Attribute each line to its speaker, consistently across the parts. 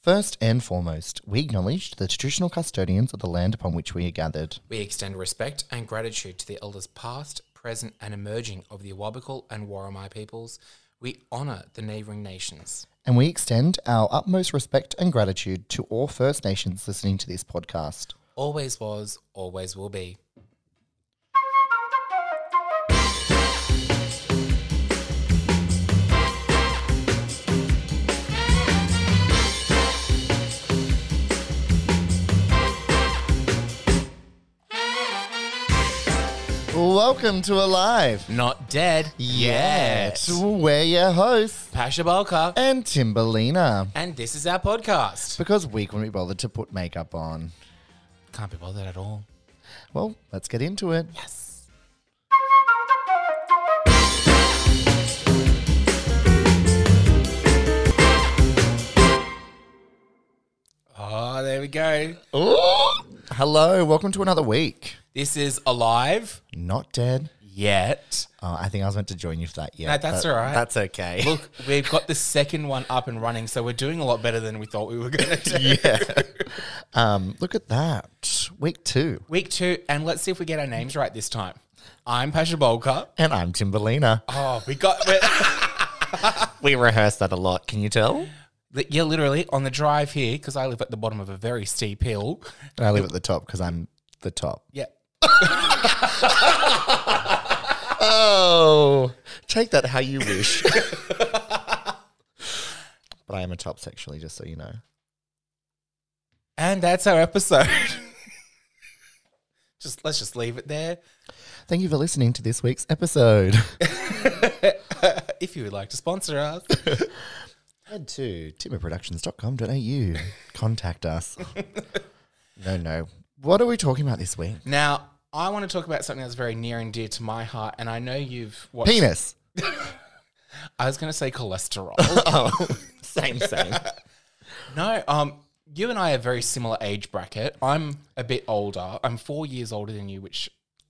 Speaker 1: First and foremost, we acknowledge the traditional custodians of the land upon which we are gathered.
Speaker 2: We extend respect and gratitude to the elders past, present, and emerging of the Awabakal and Warramai peoples. We honour the neighbouring nations.
Speaker 1: And we extend our utmost respect and gratitude to all First Nations listening to this podcast.
Speaker 2: Always was, always will be.
Speaker 1: Welcome to Alive
Speaker 2: Not dead
Speaker 1: Yet. We're your hosts
Speaker 2: Pasha Balka,
Speaker 1: and Timberlina
Speaker 2: and this is our podcast.
Speaker 1: because we couldn't be bothered to put makeup on.
Speaker 2: Can't be bothered at all.
Speaker 1: Well, let's get into it.
Speaker 2: Yes. Oh, there we go.
Speaker 1: Hello, welcome to another week.
Speaker 2: This is alive
Speaker 1: Not dead.
Speaker 2: yet.
Speaker 1: Oh, I think I was meant to join you for that. Yeah,
Speaker 2: No, that's
Speaker 1: but
Speaker 2: all right.
Speaker 1: That's okay.
Speaker 2: Look, we've got the second one up and running, so we're doing a lot better than we thought we were going to do.
Speaker 1: yeah. Um, look at that. Week two,
Speaker 2: Week two, and let's see if we get our names right this time. I'm Pasha Bolka.
Speaker 1: and I'm Timberlina.
Speaker 2: Oh, we got. We're,
Speaker 1: We rehearsed that a lot. Can you tell?
Speaker 2: Li- Yeah, literally on the drive here because I live at the bottom of a very steep hill.
Speaker 1: And I live at the top because I'm the top.
Speaker 2: Yeah,
Speaker 1: Oh, take that how you wish. but I am a top sexually, just so you know.
Speaker 2: and that's our episode. just let's just leave it there.
Speaker 1: Thank you for listening to this week's episode.
Speaker 2: If you would like to sponsor us,
Speaker 1: Head to timberproductions.com.au. Contact us. no, no. What are we talking about this week?
Speaker 2: now I want to talk about something that's very near and dear to my heart, and I know you've watched.
Speaker 1: Penis.
Speaker 2: I was going to say cholesterol.
Speaker 1: Oh, same, same.
Speaker 2: no, um, you and I are very similar age bracket. I'm a bit older. I'm four years older than you, which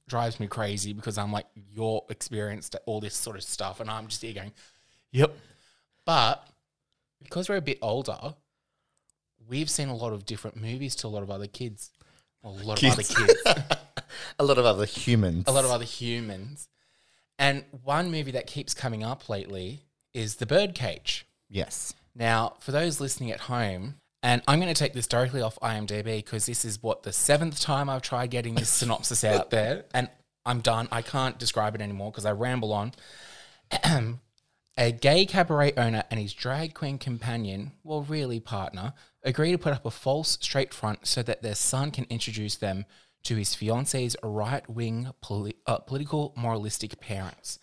Speaker 2: drives me crazy because I'm like you're experienced at all this sort of stuff, and I'm just here going,
Speaker 1: yep.
Speaker 2: But because we're a bit older, we've seen a lot of different movies to a lot of other kids. A lot
Speaker 1: Kids.
Speaker 2: of other kids.
Speaker 1: A lot of other humans.
Speaker 2: a lot of other humans. And one movie that keeps coming up lately is The Birdcage.
Speaker 1: Yes.
Speaker 2: Now, for those listening at home, and I'm going to take this directly off IMDb because this is what the seventh time I've tried getting this synopsis out there, and I'm done. I can't describe it anymore because I ramble on. A gay cabaret owner and his drag queen companion, well, really partner, agree to put up a false straight front so that their son can introduce them to his fiance's right wing poli- uh, political moralistic parents.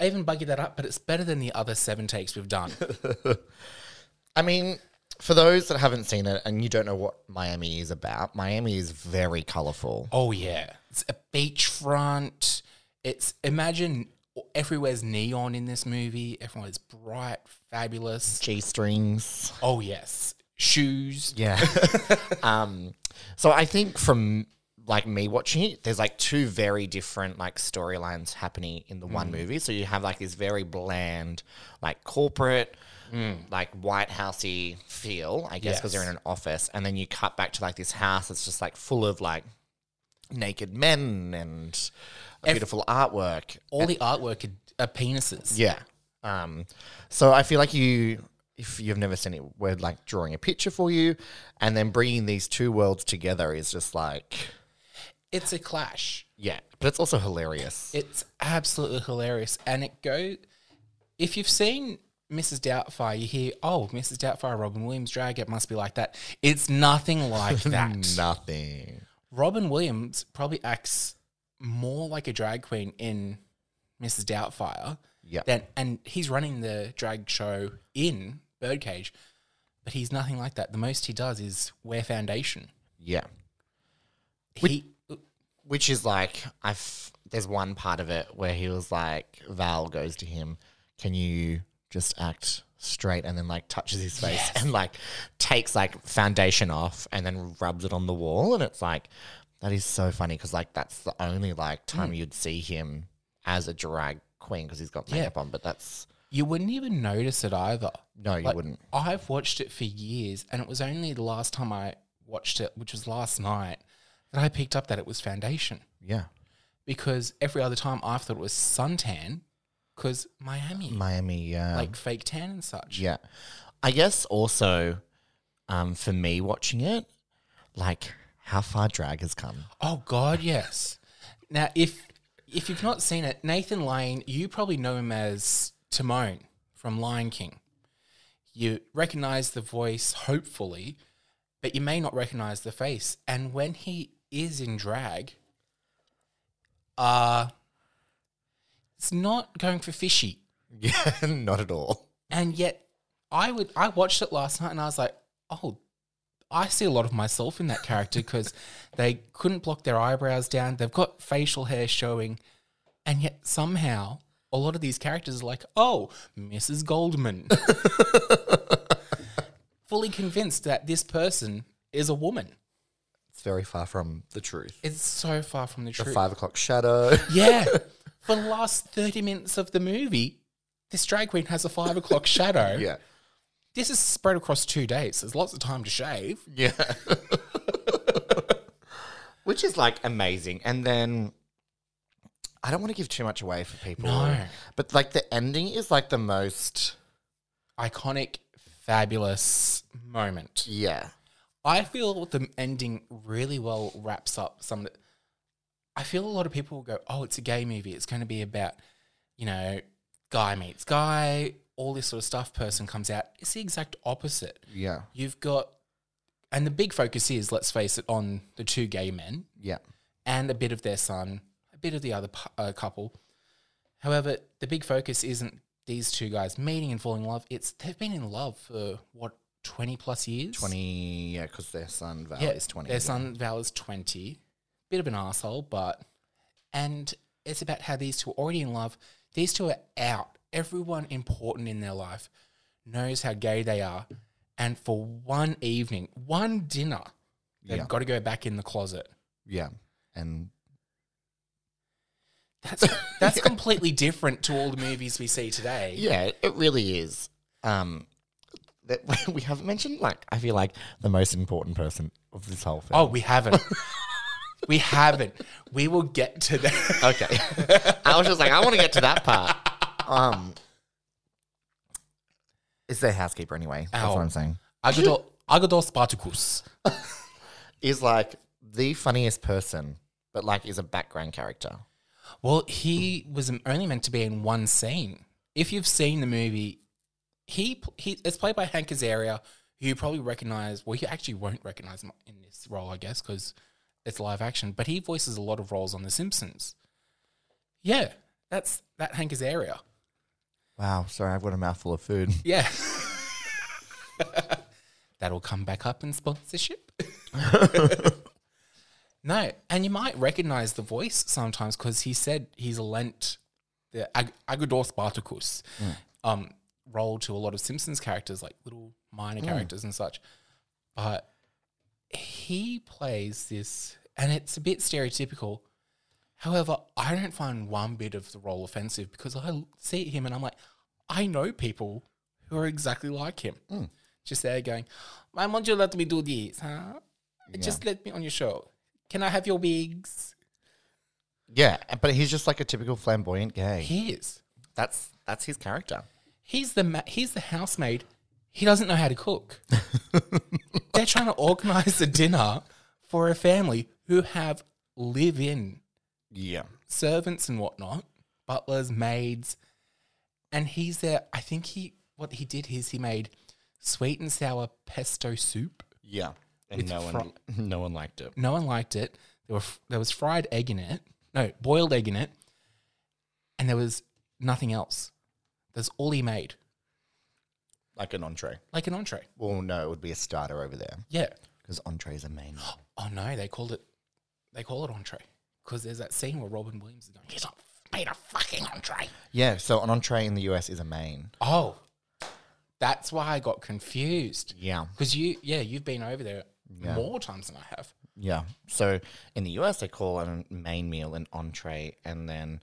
Speaker 2: I even buggy that up, but it's better than the other seven takes we've done.
Speaker 1: I mean, for those that haven't seen it and you don't know what Miami is about, Miami is very colourful.
Speaker 2: Oh yeah, it's a beachfront. It's imagine everywhere's neon in this movie. Everyone's bright, fabulous.
Speaker 1: G strings.
Speaker 2: Oh yes, shoes.
Speaker 1: Yeah. um, so I think from like me watching it, there's like two very different like storylines happening in the one movie. So you have like this very bland, like corporate, like White Housey feel, I guess, because they're
Speaker 2: Yes.
Speaker 1: in an office, and then you cut back to like this house that's just like full of like naked men and beautiful artwork.
Speaker 2: All the artwork are, are penises.
Speaker 1: Yeah. Um, so I feel like you, if you've never seen it, we're like drawing a picture for you, and then bringing these two worlds together is just like,
Speaker 2: It's a clash.
Speaker 1: yeah. But it's also hilarious.
Speaker 2: It's absolutely hilarious, and it go. If you've seen Mrs. Doubtfire, you hear, "Oh, Mrs. Doubtfire, Robin Williams drag. It must be like that." It's nothing like that.
Speaker 1: Nothing.
Speaker 2: Robin Williams probably acts more like a drag queen in Mrs. Doubtfire.
Speaker 1: Yep.
Speaker 2: Than, and he's running the drag show in Birdcage, but he's nothing like that. The most he does is wear foundation.
Speaker 1: Yeah.
Speaker 2: He,
Speaker 1: Which is like, I've, there's one part of it where he was like, Val goes to him, can you just act straight? And then like touches his face and like takes like foundation off and then rubs it on the wall. And it's like, that is so funny because like that's the Hmm. only like time you'd see him as a drag queen because he's got makeup on. But that's,
Speaker 2: you wouldn't even notice it either.
Speaker 1: No, you
Speaker 2: Like,
Speaker 1: wouldn't.
Speaker 2: I've watched it for years, and it was only the last time I watched it, which was last night, that I picked up that it was foundation.
Speaker 1: Yeah.
Speaker 2: Because every other time I thought it was suntan, because Miami,
Speaker 1: Mm. Miami, yeah.
Speaker 2: like fake tan and such.
Speaker 1: yeah. I guess also um, for me watching it, like how far drag has come.
Speaker 2: Oh God, yes. Now, if if you've not seen it, Nathan Lane, you probably know him as Timon from Lion King. You recognize the voice, hopefully, but you may not recognize the face. And when he is in drag, uh it's not going for fishy.
Speaker 1: Yeah, not at all.
Speaker 2: And yet, I would I watched it last night and I was like, oh, I see a lot of myself in that character because they couldn't block their eyebrows down. They've got facial hair showing, and yet somehow a lot of these characters are like, oh, Mrs. Goldman, fully convinced that this person is a woman.
Speaker 1: It's very far from the truth.
Speaker 2: It's so far from the
Speaker 1: The
Speaker 2: truth.
Speaker 1: five o'clock shadow.
Speaker 2: Yeah. For the last 30 minutes of the movie, this drag queen has a five o'clock shadow.
Speaker 1: yeah.
Speaker 2: This is spread across two days. There's lots of time to shave.
Speaker 1: Yeah. Which is like amazing. And then I don't want to give too much away for people.
Speaker 2: No.
Speaker 1: But like the ending is like the most
Speaker 2: Iconic, fabulous moment.
Speaker 1: yeah.
Speaker 2: I feel the ending really well wraps up some. of the- I feel a lot of people will go, "Oh, it's a gay movie. It's going to be about, you know, guy meets guy, all this sort of stuff." Person comes out. It's the exact opposite.
Speaker 1: Yeah.
Speaker 2: You've got, and the big focus is, let's face it, on the two gay men
Speaker 1: Yeah.
Speaker 2: and a bit of their son, a bit of the other pu- uh, couple. However, the big focus isn't these two guys meeting and falling in love. It's they've been in love for what twenty plus years.
Speaker 1: 20 yeah, cuz their son Val
Speaker 2: yeah,
Speaker 1: is 20.
Speaker 2: Their son Val is twenty. Bit of an asshole, but and it's about how these two are already in love. These two are out. Everyone important in their life knows how gay they are, and for one evening, one dinner, they've
Speaker 1: Yeah.
Speaker 2: got to go back in the closet.
Speaker 1: Yeah. And
Speaker 2: That's that's completely different to all the movies we see today.
Speaker 1: yeah, it really is. Um that we haven't mentioned like I feel like the most important person of this whole film.
Speaker 2: Oh, we haven't. we haven't. We will get to that.
Speaker 1: Okay. I was just like, I want to get to that part. Um, it's their housekeeper anyway. That's
Speaker 2: Ow.
Speaker 1: what I'm saying.
Speaker 2: Agador, Agador Spartacus.
Speaker 1: Is like the funniest person, but like is a background character.
Speaker 2: Well, he was only meant to be in one scene. If you've seen the movie, he he it's played by Hank Azaria, who you probably recognize. Well, you actually won't recognize him in this role, I guess, because it's live action. But he voices a lot of roles on The Simpsons. Yeah, that's that Hank Azaria.
Speaker 1: Wow. Sorry, I've got a mouthful of food.
Speaker 2: Yeah. That'll come back up in sponsorship. no, and you might recognize the voice sometimes because he said he's lent the Ag- Agador Spartacus um, role to a lot of Simpsons characters, like little minor characters and such. But he plays this, and it's a bit stereotypical. However, I don't find one bit of the role offensive because I l- see him and I'm like, I know people who are exactly like him. Just there going, why won't you let me do this, huh? Just let me on your show. Can I have your wigs?
Speaker 1: Yeah, but he's just like a typical flamboyant gay.
Speaker 2: He is.
Speaker 1: That's that's his character.
Speaker 2: He's the ma- he's the housemaid. He doesn't know how to cook. They're trying to organize a dinner for a family who have live-in
Speaker 1: Yeah.
Speaker 2: servants and whatnot, butlers, maids, and he's there. I think he what he did is he made sweet and sour pesto soup.
Speaker 1: Yeah. And
Speaker 2: With fro-
Speaker 1: no one liked it.
Speaker 2: No one liked it. There were f- there was fried egg in it, no boiled egg in it, and there was nothing else. That's all he made,
Speaker 1: Like an entree.
Speaker 2: like an entree.
Speaker 1: Well, no, it would be a starter over there
Speaker 2: Yeah.
Speaker 1: because entree is a main.
Speaker 2: Oh no, they called it they call it entree because there's that scene where Robin Williams is going, "He's not made a fucking entree."
Speaker 1: yeah. So an entree in the US is a main.
Speaker 2: Oh, that's why I got confused.
Speaker 1: Yeah.
Speaker 2: Because you, yeah, you've been over there
Speaker 1: Yeah.
Speaker 2: more times than I have.
Speaker 1: Yeah. So in the US, they call a main meal an entree, and then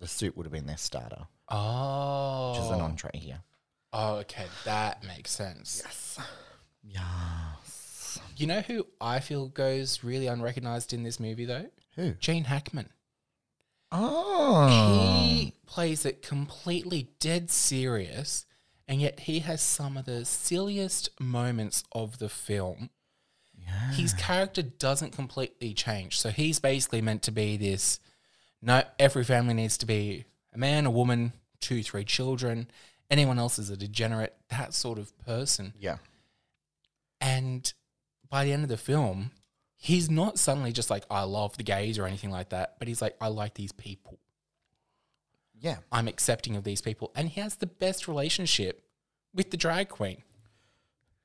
Speaker 1: the soup would have been their starter.
Speaker 2: Oh.
Speaker 1: which is an entree here.
Speaker 2: Oh, okay. That makes sense.
Speaker 1: Yes. Yes.
Speaker 2: You know who I feel goes really unrecognized in this movie, though?
Speaker 1: Who?
Speaker 2: Gene Hackman.
Speaker 1: Oh.
Speaker 2: He plays it completely dead serious, and yet he has some of the silliest moments of the film. His character doesn't completely change. So he's basically meant to be this no, every family needs to be a man, a woman, two, three children. Anyone else is a degenerate, that sort of person.
Speaker 1: Yeah.
Speaker 2: And by the end of the film, he's not suddenly just like, I love the gays or anything like that, but he's like, I like these people.
Speaker 1: Yeah.
Speaker 2: I'm accepting of these people. And he has the best relationship with the drag queen,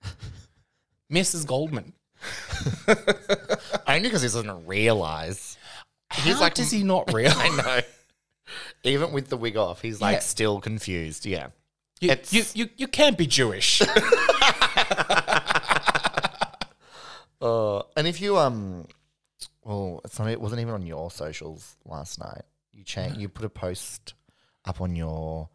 Speaker 2: Mrs. Goldman.
Speaker 1: Only because he doesn't realize.
Speaker 2: He's How
Speaker 1: like-
Speaker 2: does he not realize?
Speaker 1: I know. Even with the wig off, he's like
Speaker 2: Yeah.
Speaker 1: still confused. Yeah.
Speaker 2: You,
Speaker 1: It's-
Speaker 2: you, you, you can't be Jewish.
Speaker 1: Uh, and if you um, well, it's not, it wasn't even on your socials last night. You cha- you put a post up on your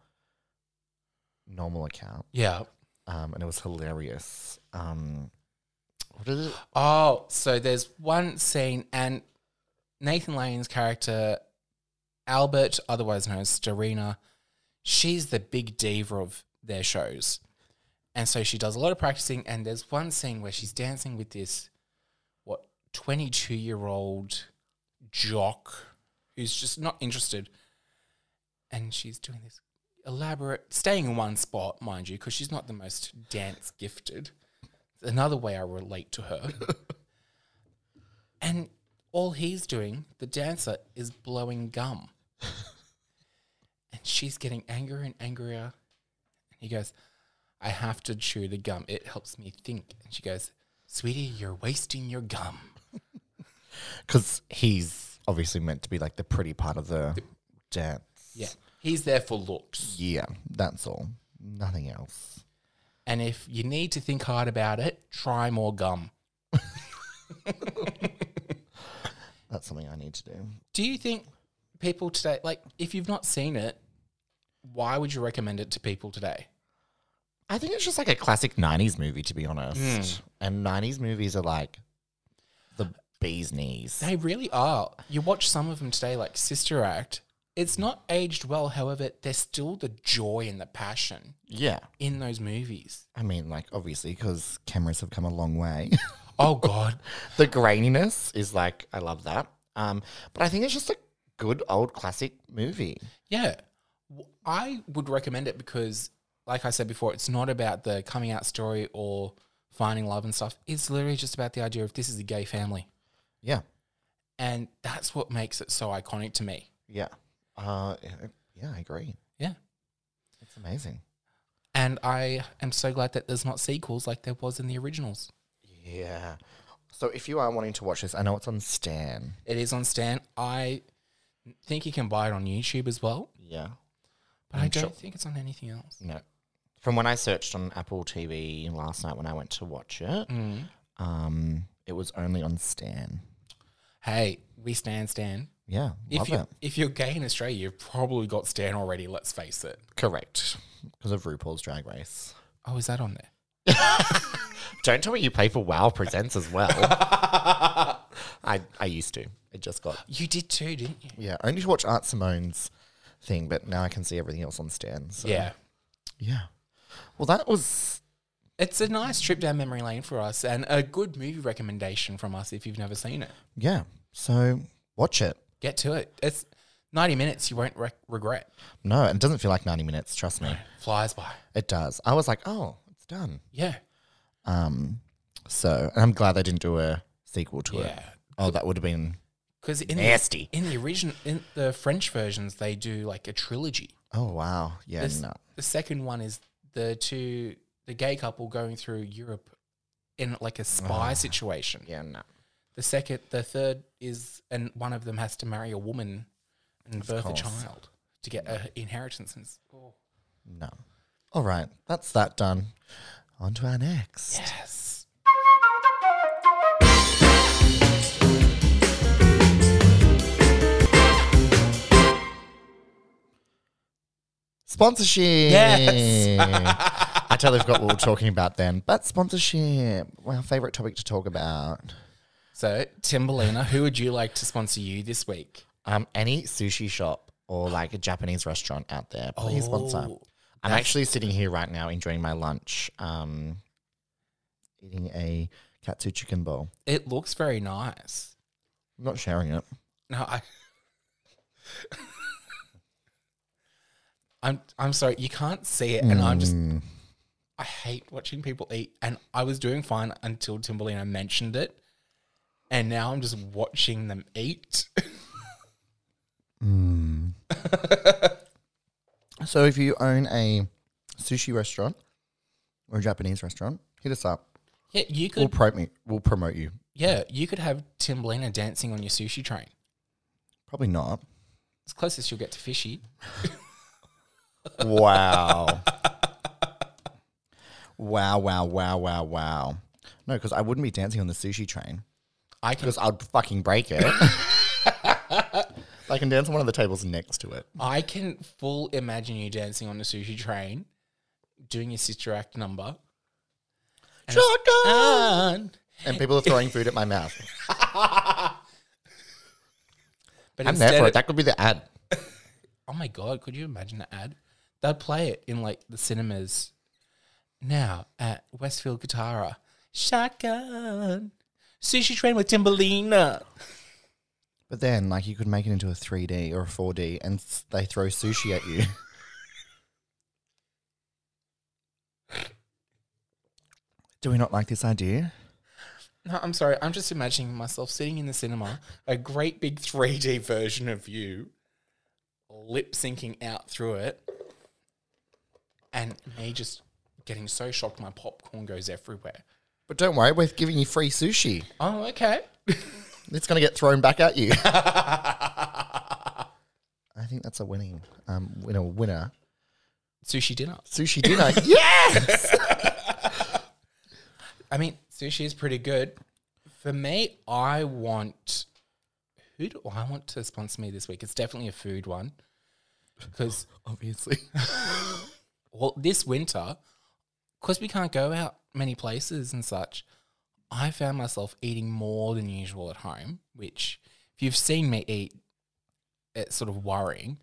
Speaker 1: normal account,
Speaker 2: yeah.
Speaker 1: um, and it was hilarious. Um, what is it?
Speaker 2: Oh, so there's one scene, and Nathan Lane's character, Albert, otherwise known as Starina, she's the big diva of their shows. And so she does a lot of practicing, and there's one scene where she's dancing with this, what, 22 year old jock who's just not interested. And she's doing this elaborate, staying in one spot, mind you, because she's not the most dance gifted another way I relate to her. and all he's doing, the dancer, is blowing gum. and she's getting angrier and angrier. And he goes, I have to chew the gum. It helps me think. And she goes, Sweetie, you're wasting your gum.
Speaker 1: Because he's obviously meant to be like the pretty part of the dance.
Speaker 2: Yeah. He's there for looks.
Speaker 1: Yeah, that's all. Nothing else.
Speaker 2: And if you need to think hard about it, try more gum.
Speaker 1: That's something I need to do.
Speaker 2: Do you think people today, like, if you've not seen it, why would you recommend it to people today?
Speaker 1: I think it's just like a classic '90s movie, to be honest. And '90s movies are like the bee's knees.
Speaker 2: They really are. You watch some of them today, like Sister Act. It's not aged well, however, there's still the joy and the passion
Speaker 1: Yeah.
Speaker 2: in those movies.
Speaker 1: I mean, like, obviously, because cameras have come a long way.
Speaker 2: Oh God.
Speaker 1: the graininess is like, I love that. Um, but I think it's just a good old classic movie.
Speaker 2: yeah. W- I would recommend it because, like I said before, it's not about the coming out story or finding love and stuff. It's literally just about the idea of this is a gay family.
Speaker 1: Yeah.
Speaker 2: And that's what makes it so iconic to me.
Speaker 1: Yeah. Uh, yeah, yeah, I agree.
Speaker 2: Yeah.
Speaker 1: It's amazing.
Speaker 2: And I am so glad that there's not sequels like there was in the originals.
Speaker 1: Yeah. So if you are wanting to watch this, I know it's on Stan.
Speaker 2: It is on Stan. I think you can buy it on YouTube as well,
Speaker 1: Yeah.
Speaker 2: but I
Speaker 1: I'm
Speaker 2: don't
Speaker 1: sure-
Speaker 2: think it's on anything else.
Speaker 1: No. From when I searched on Apple TV last night when I went to watch it, um, it was only on Stan.
Speaker 2: Hey, we stand Stan.
Speaker 1: Yeah.
Speaker 2: If
Speaker 1: love
Speaker 2: you
Speaker 1: it.
Speaker 2: if you're gay in Australia, you've probably got Stan already. Let's face it.
Speaker 1: Correct. Because of RuPaul's Drag Race.
Speaker 2: Oh, is that on there?
Speaker 1: Don't tell me you pay for WoW Presents as well. I, I used to. It just got.
Speaker 2: You did too, didn't you?
Speaker 1: Yeah, only to watch Art Simone's thing, but now I can see everything else on Stan. So.
Speaker 2: Yeah,
Speaker 1: Yeah. Well, that was.
Speaker 2: it's a nice trip down memory lane for us, and a good movie recommendation from us if you've never seen it.
Speaker 1: Yeah. So watch it.
Speaker 2: Get to it. It's ninety minutes. You won't rec- regret.
Speaker 1: No, it doesn't feel like 90 minutes. Trust me.
Speaker 2: Flies by.
Speaker 1: It does. I was like, oh, it's done.
Speaker 2: Yeah,
Speaker 1: Um, so, and I'm glad they didn't do a sequel to it.
Speaker 2: Yeah.
Speaker 1: Oh, that would have been.
Speaker 2: because in
Speaker 1: Nasty.
Speaker 2: the in the original in the French versions, they do like a trilogy.
Speaker 1: Oh, wow. Yeah,
Speaker 2: This-
Speaker 1: no.
Speaker 2: The second one is the two the gay couple going through Europe in like a spy situation.
Speaker 1: Ah. Yeah, no.
Speaker 2: The second the third is and one of them has to marry a woman and birth
Speaker 1: course.
Speaker 2: a child to get a inheritance. And, s-
Speaker 1: No. All right. That's that done. On to our next.
Speaker 2: yes.
Speaker 1: Sponsorship.
Speaker 2: Yes.
Speaker 1: I totally forgot what we were talking about then, but sponsorship, our favorite topic to talk about.
Speaker 2: So, Timberlina, who would you like to sponsor you this week?
Speaker 1: Um, any sushi shop or like a Japanese restaurant out there, please sponsor.
Speaker 2: Oh,
Speaker 1: I'm
Speaker 2: that's-
Speaker 1: actually sitting here right now enjoying my lunch, um, eating a katsu chicken bowl.
Speaker 2: It looks very nice.
Speaker 1: I'm not sharing it.
Speaker 2: No, I. I'm I'm sorry, you can't see it, and I'm just
Speaker 1: Mm.
Speaker 2: I hate watching people eat, and I was doing fine until Timberlina mentioned it, and now I'm just watching them eat.
Speaker 1: So if you own a sushi restaurant or a Japanese restaurant, hit us up.
Speaker 2: yeah, you
Speaker 1: We'll
Speaker 2: could.
Speaker 1: promote me. We'll promote you.
Speaker 2: Yeah, you could have Timberlina dancing on your sushi train.
Speaker 1: Probably not.
Speaker 2: It's closest you'll get to fishy.
Speaker 1: Wow. wow, wow, wow, wow, wow. No, because I wouldn't be dancing on the sushi train
Speaker 2: I can
Speaker 1: because I'd fucking break it. I can dance on one of the tables next to it.
Speaker 2: I can full imagine you dancing on the sushi train, doing your sister act number. And it's- uh,
Speaker 1: Ah!
Speaker 2: And-
Speaker 1: And people are throwing food at my mouth.
Speaker 2: But
Speaker 1: I'm there for
Speaker 2: instead,
Speaker 1: it. That could be the ad.
Speaker 2: oh my god, could you imagine the ad? They'd play it in like the cinemas. Now at Westfield Guitara, shotgun sushi train with Timberlina.
Speaker 1: But then, like, you could make it into a 3D or a 4D and s- they throw sushi at you. Do we not like this idea?
Speaker 2: No, I'm sorry. I'm just imagining myself sitting in the cinema, a great big 3D version of you, lip syncing out through it, and me just getting so shocked my popcorn goes everywhere.
Speaker 1: But don't worry, we're giving you free sushi.
Speaker 2: Oh, okay.
Speaker 1: It's going to get thrown back at you. I think that's a winning um, winner. Winner
Speaker 2: sushi dinner.
Speaker 1: sushi dinner. yes.
Speaker 2: I mean, sushi is pretty good. For me, I want. Who do I want to sponsor me this week? It's definitely a food one. Because,
Speaker 1: Obviously.
Speaker 2: well, this winter, because we can't go out many places and such, I found myself eating more than usual at home, which, if you've seen me eat, it's sort of worrying.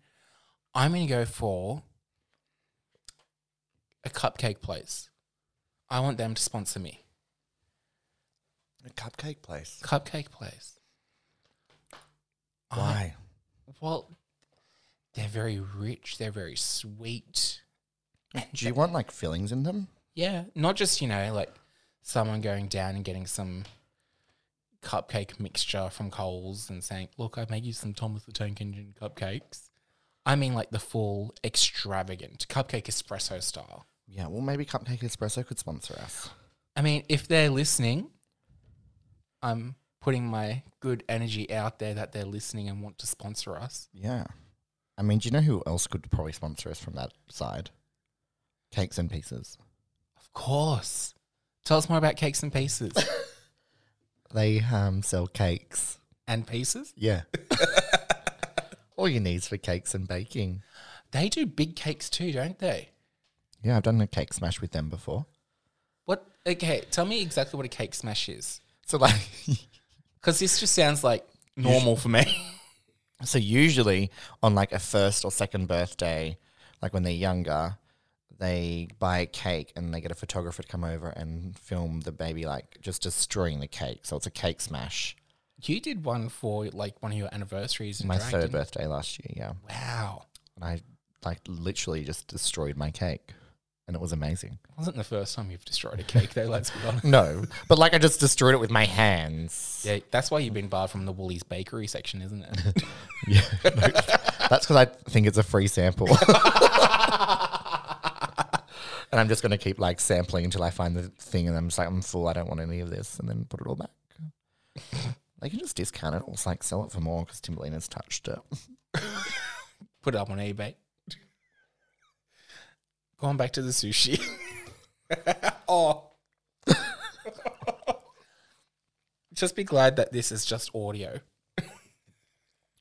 Speaker 2: I'm going to go for a cupcake place. I want them to sponsor me.
Speaker 1: A cupcake place.
Speaker 2: Cupcake place. I-
Speaker 1: Why?
Speaker 2: Well, they're very rich. They're very sweet.
Speaker 1: Do you want like fillings in them?
Speaker 2: Yeah, not just you know like someone going down and getting some cupcake mixture from Coles and saying, "Look, I made you some Thomas the Tank Engine cupcakes." I mean, like the full extravagant cupcake espresso style.
Speaker 1: Yeah. Well, maybe Cupcake Espresso could sponsor us.
Speaker 2: I mean, if they're listening, I'm putting my good energy out there that they're listening and want to sponsor us.
Speaker 1: Yeah. I mean, do you know who else could probably sponsor us from that side? Cakes and Pieces.
Speaker 2: Of course. Tell us more about cakes and pieces.
Speaker 1: They um, sell cakes.
Speaker 2: and pieces?
Speaker 1: Yeah. All your needs for cakes and baking.
Speaker 2: They do big cakes too, don't they?
Speaker 1: Yeah, I've done a cake smash with them before.
Speaker 2: What? Okay, tell me exactly what a cake smash is.
Speaker 1: So like
Speaker 2: Because this just sounds like normal for me.
Speaker 1: So usually on like a first or second birthday, like when they're younger, they buy a cake and they get a photographer to come over and film the baby like just destroying the cake. So it's a cake smash.
Speaker 2: you did one for like one of your anniversaries. In
Speaker 1: My
Speaker 2: drag,
Speaker 1: third
Speaker 2: didn't
Speaker 1: birthday last year, yeah.
Speaker 2: you? Wow.
Speaker 1: And I like literally just destroyed my cake. And it was amazing.
Speaker 2: Wasn't the first time you've destroyed a cake though, let's be honest.
Speaker 1: No, but like I just destroyed it with my hands.
Speaker 2: Yeah, that's why you've been barred from the Woolies bakery section, isn't it?
Speaker 1: That's because I think it's a free sample. and I'm just going to keep like sampling until I find the thing and I'm just like, I'm full. I don't want any of this. And then put it all back. they can just discount it or just, like sell it for more because Timberlina's touched it.
Speaker 2: Put it up on eBay. Going back to the sushi. oh. just be glad that this is just audio.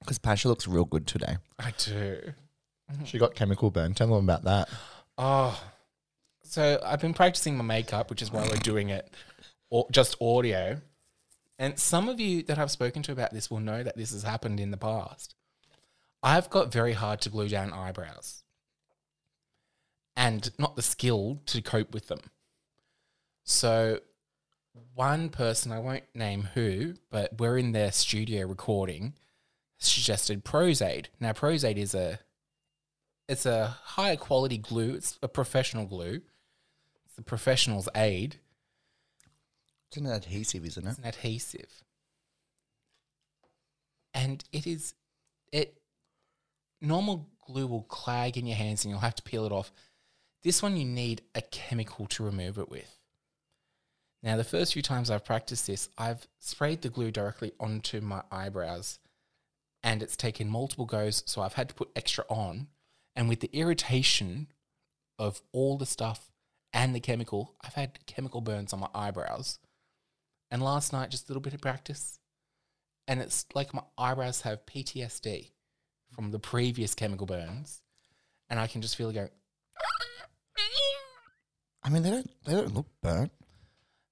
Speaker 1: Because Pasha looks real good today.
Speaker 2: I do.
Speaker 1: She got chemical burn. Tell them about that.
Speaker 2: Oh, so I've been practicing my makeup, which is why we're doing it, or just audio. And some of you that I've spoken to about this will know that this has happened in the past. I've got very hard to glue down eyebrows and not the skill to cope with them. So, one person, I won't name who, but we're in their studio recording, suggested Prozaid. Now, Prozaid is a it's a higher quality glue. It's a professional glue. It's the professional's aid.
Speaker 3: It's an adhesive, isn't it?
Speaker 2: It's an adhesive. And it is it normal glue will clag in your hands and you'll have to peel it off. This one you need a chemical to remove it with. Now the first few times I've practiced this, I've sprayed the glue directly onto my eyebrows and it's taken multiple goes, so I've had to put extra on. And with the irritation of all the stuff and the chemical, I've had chemical burns on my eyebrows. And last night, just a little bit of practice. And it's like my eyebrows have PTSD from the previous chemical burns. And I can just feel it going,
Speaker 3: I mean, they don't they don't look burnt.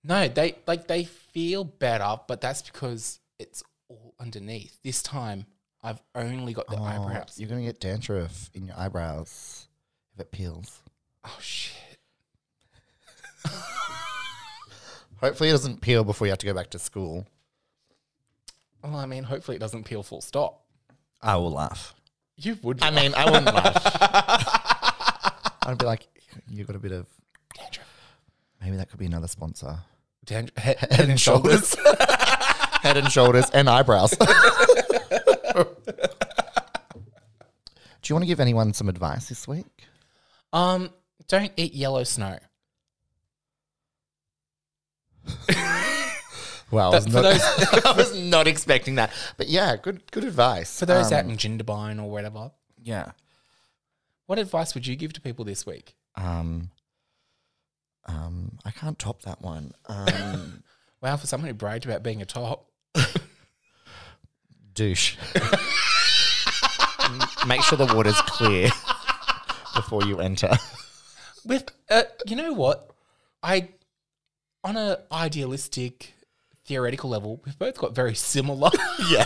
Speaker 2: no, they like they feel better, but that's because it's all underneath. This time, I've only got the
Speaker 3: Oh,
Speaker 2: eyebrows.
Speaker 3: You're gonna get dandruff in your eyebrows if it peels.
Speaker 2: oh, shit.
Speaker 1: Hopefully, it doesn't peel before you have to go back to school.
Speaker 2: Well, I mean, hopefully it doesn't peel full stop.
Speaker 3: I will laugh.
Speaker 2: You would.
Speaker 1: I mean, I wouldn't laugh.
Speaker 3: I'd be like, you got a bit of
Speaker 2: Dandruff.
Speaker 3: maybe that could be another sponsor.
Speaker 2: Dandruff. Head, head and shoulders.
Speaker 1: Head and shoulders and eyebrows.
Speaker 3: Do you want to give anyone some advice this week?
Speaker 2: um, don't eat yellow snow.
Speaker 1: Wow, I was,
Speaker 2: But
Speaker 1: not,
Speaker 2: for those
Speaker 1: I was not expecting that. But yeah, good good advice.
Speaker 2: for those out in Jindabyne or whatever,
Speaker 3: Um, Yeah.
Speaker 2: what advice would you give to people this week?
Speaker 3: Um. Um. I can't top that one. Um.
Speaker 2: Wow, for someone who bragged about being a top,
Speaker 3: douche.
Speaker 1: Make sure the water's clear before you enter.
Speaker 2: with uh, you know what, I on a idealistic theoretical level, we've both got very similar.
Speaker 1: Yeah.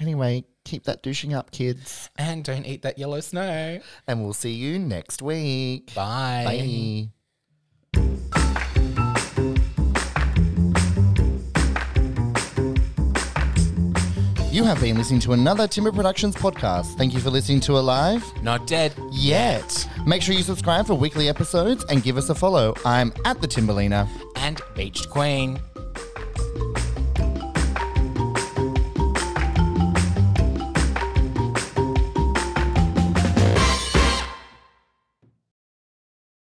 Speaker 3: Anyway, keep that douching up, kids,
Speaker 2: and don't eat that yellow snow.
Speaker 3: and we'll see you next week.
Speaker 2: Bye.
Speaker 3: Bye. You have been listening to another Timber Productions podcast. Thank you for listening to Alive
Speaker 2: Not dead.
Speaker 3: Yet. Make sure you subscribe for weekly episodes and give us a follow. I'm at the Timberlina.
Speaker 2: And beached queen.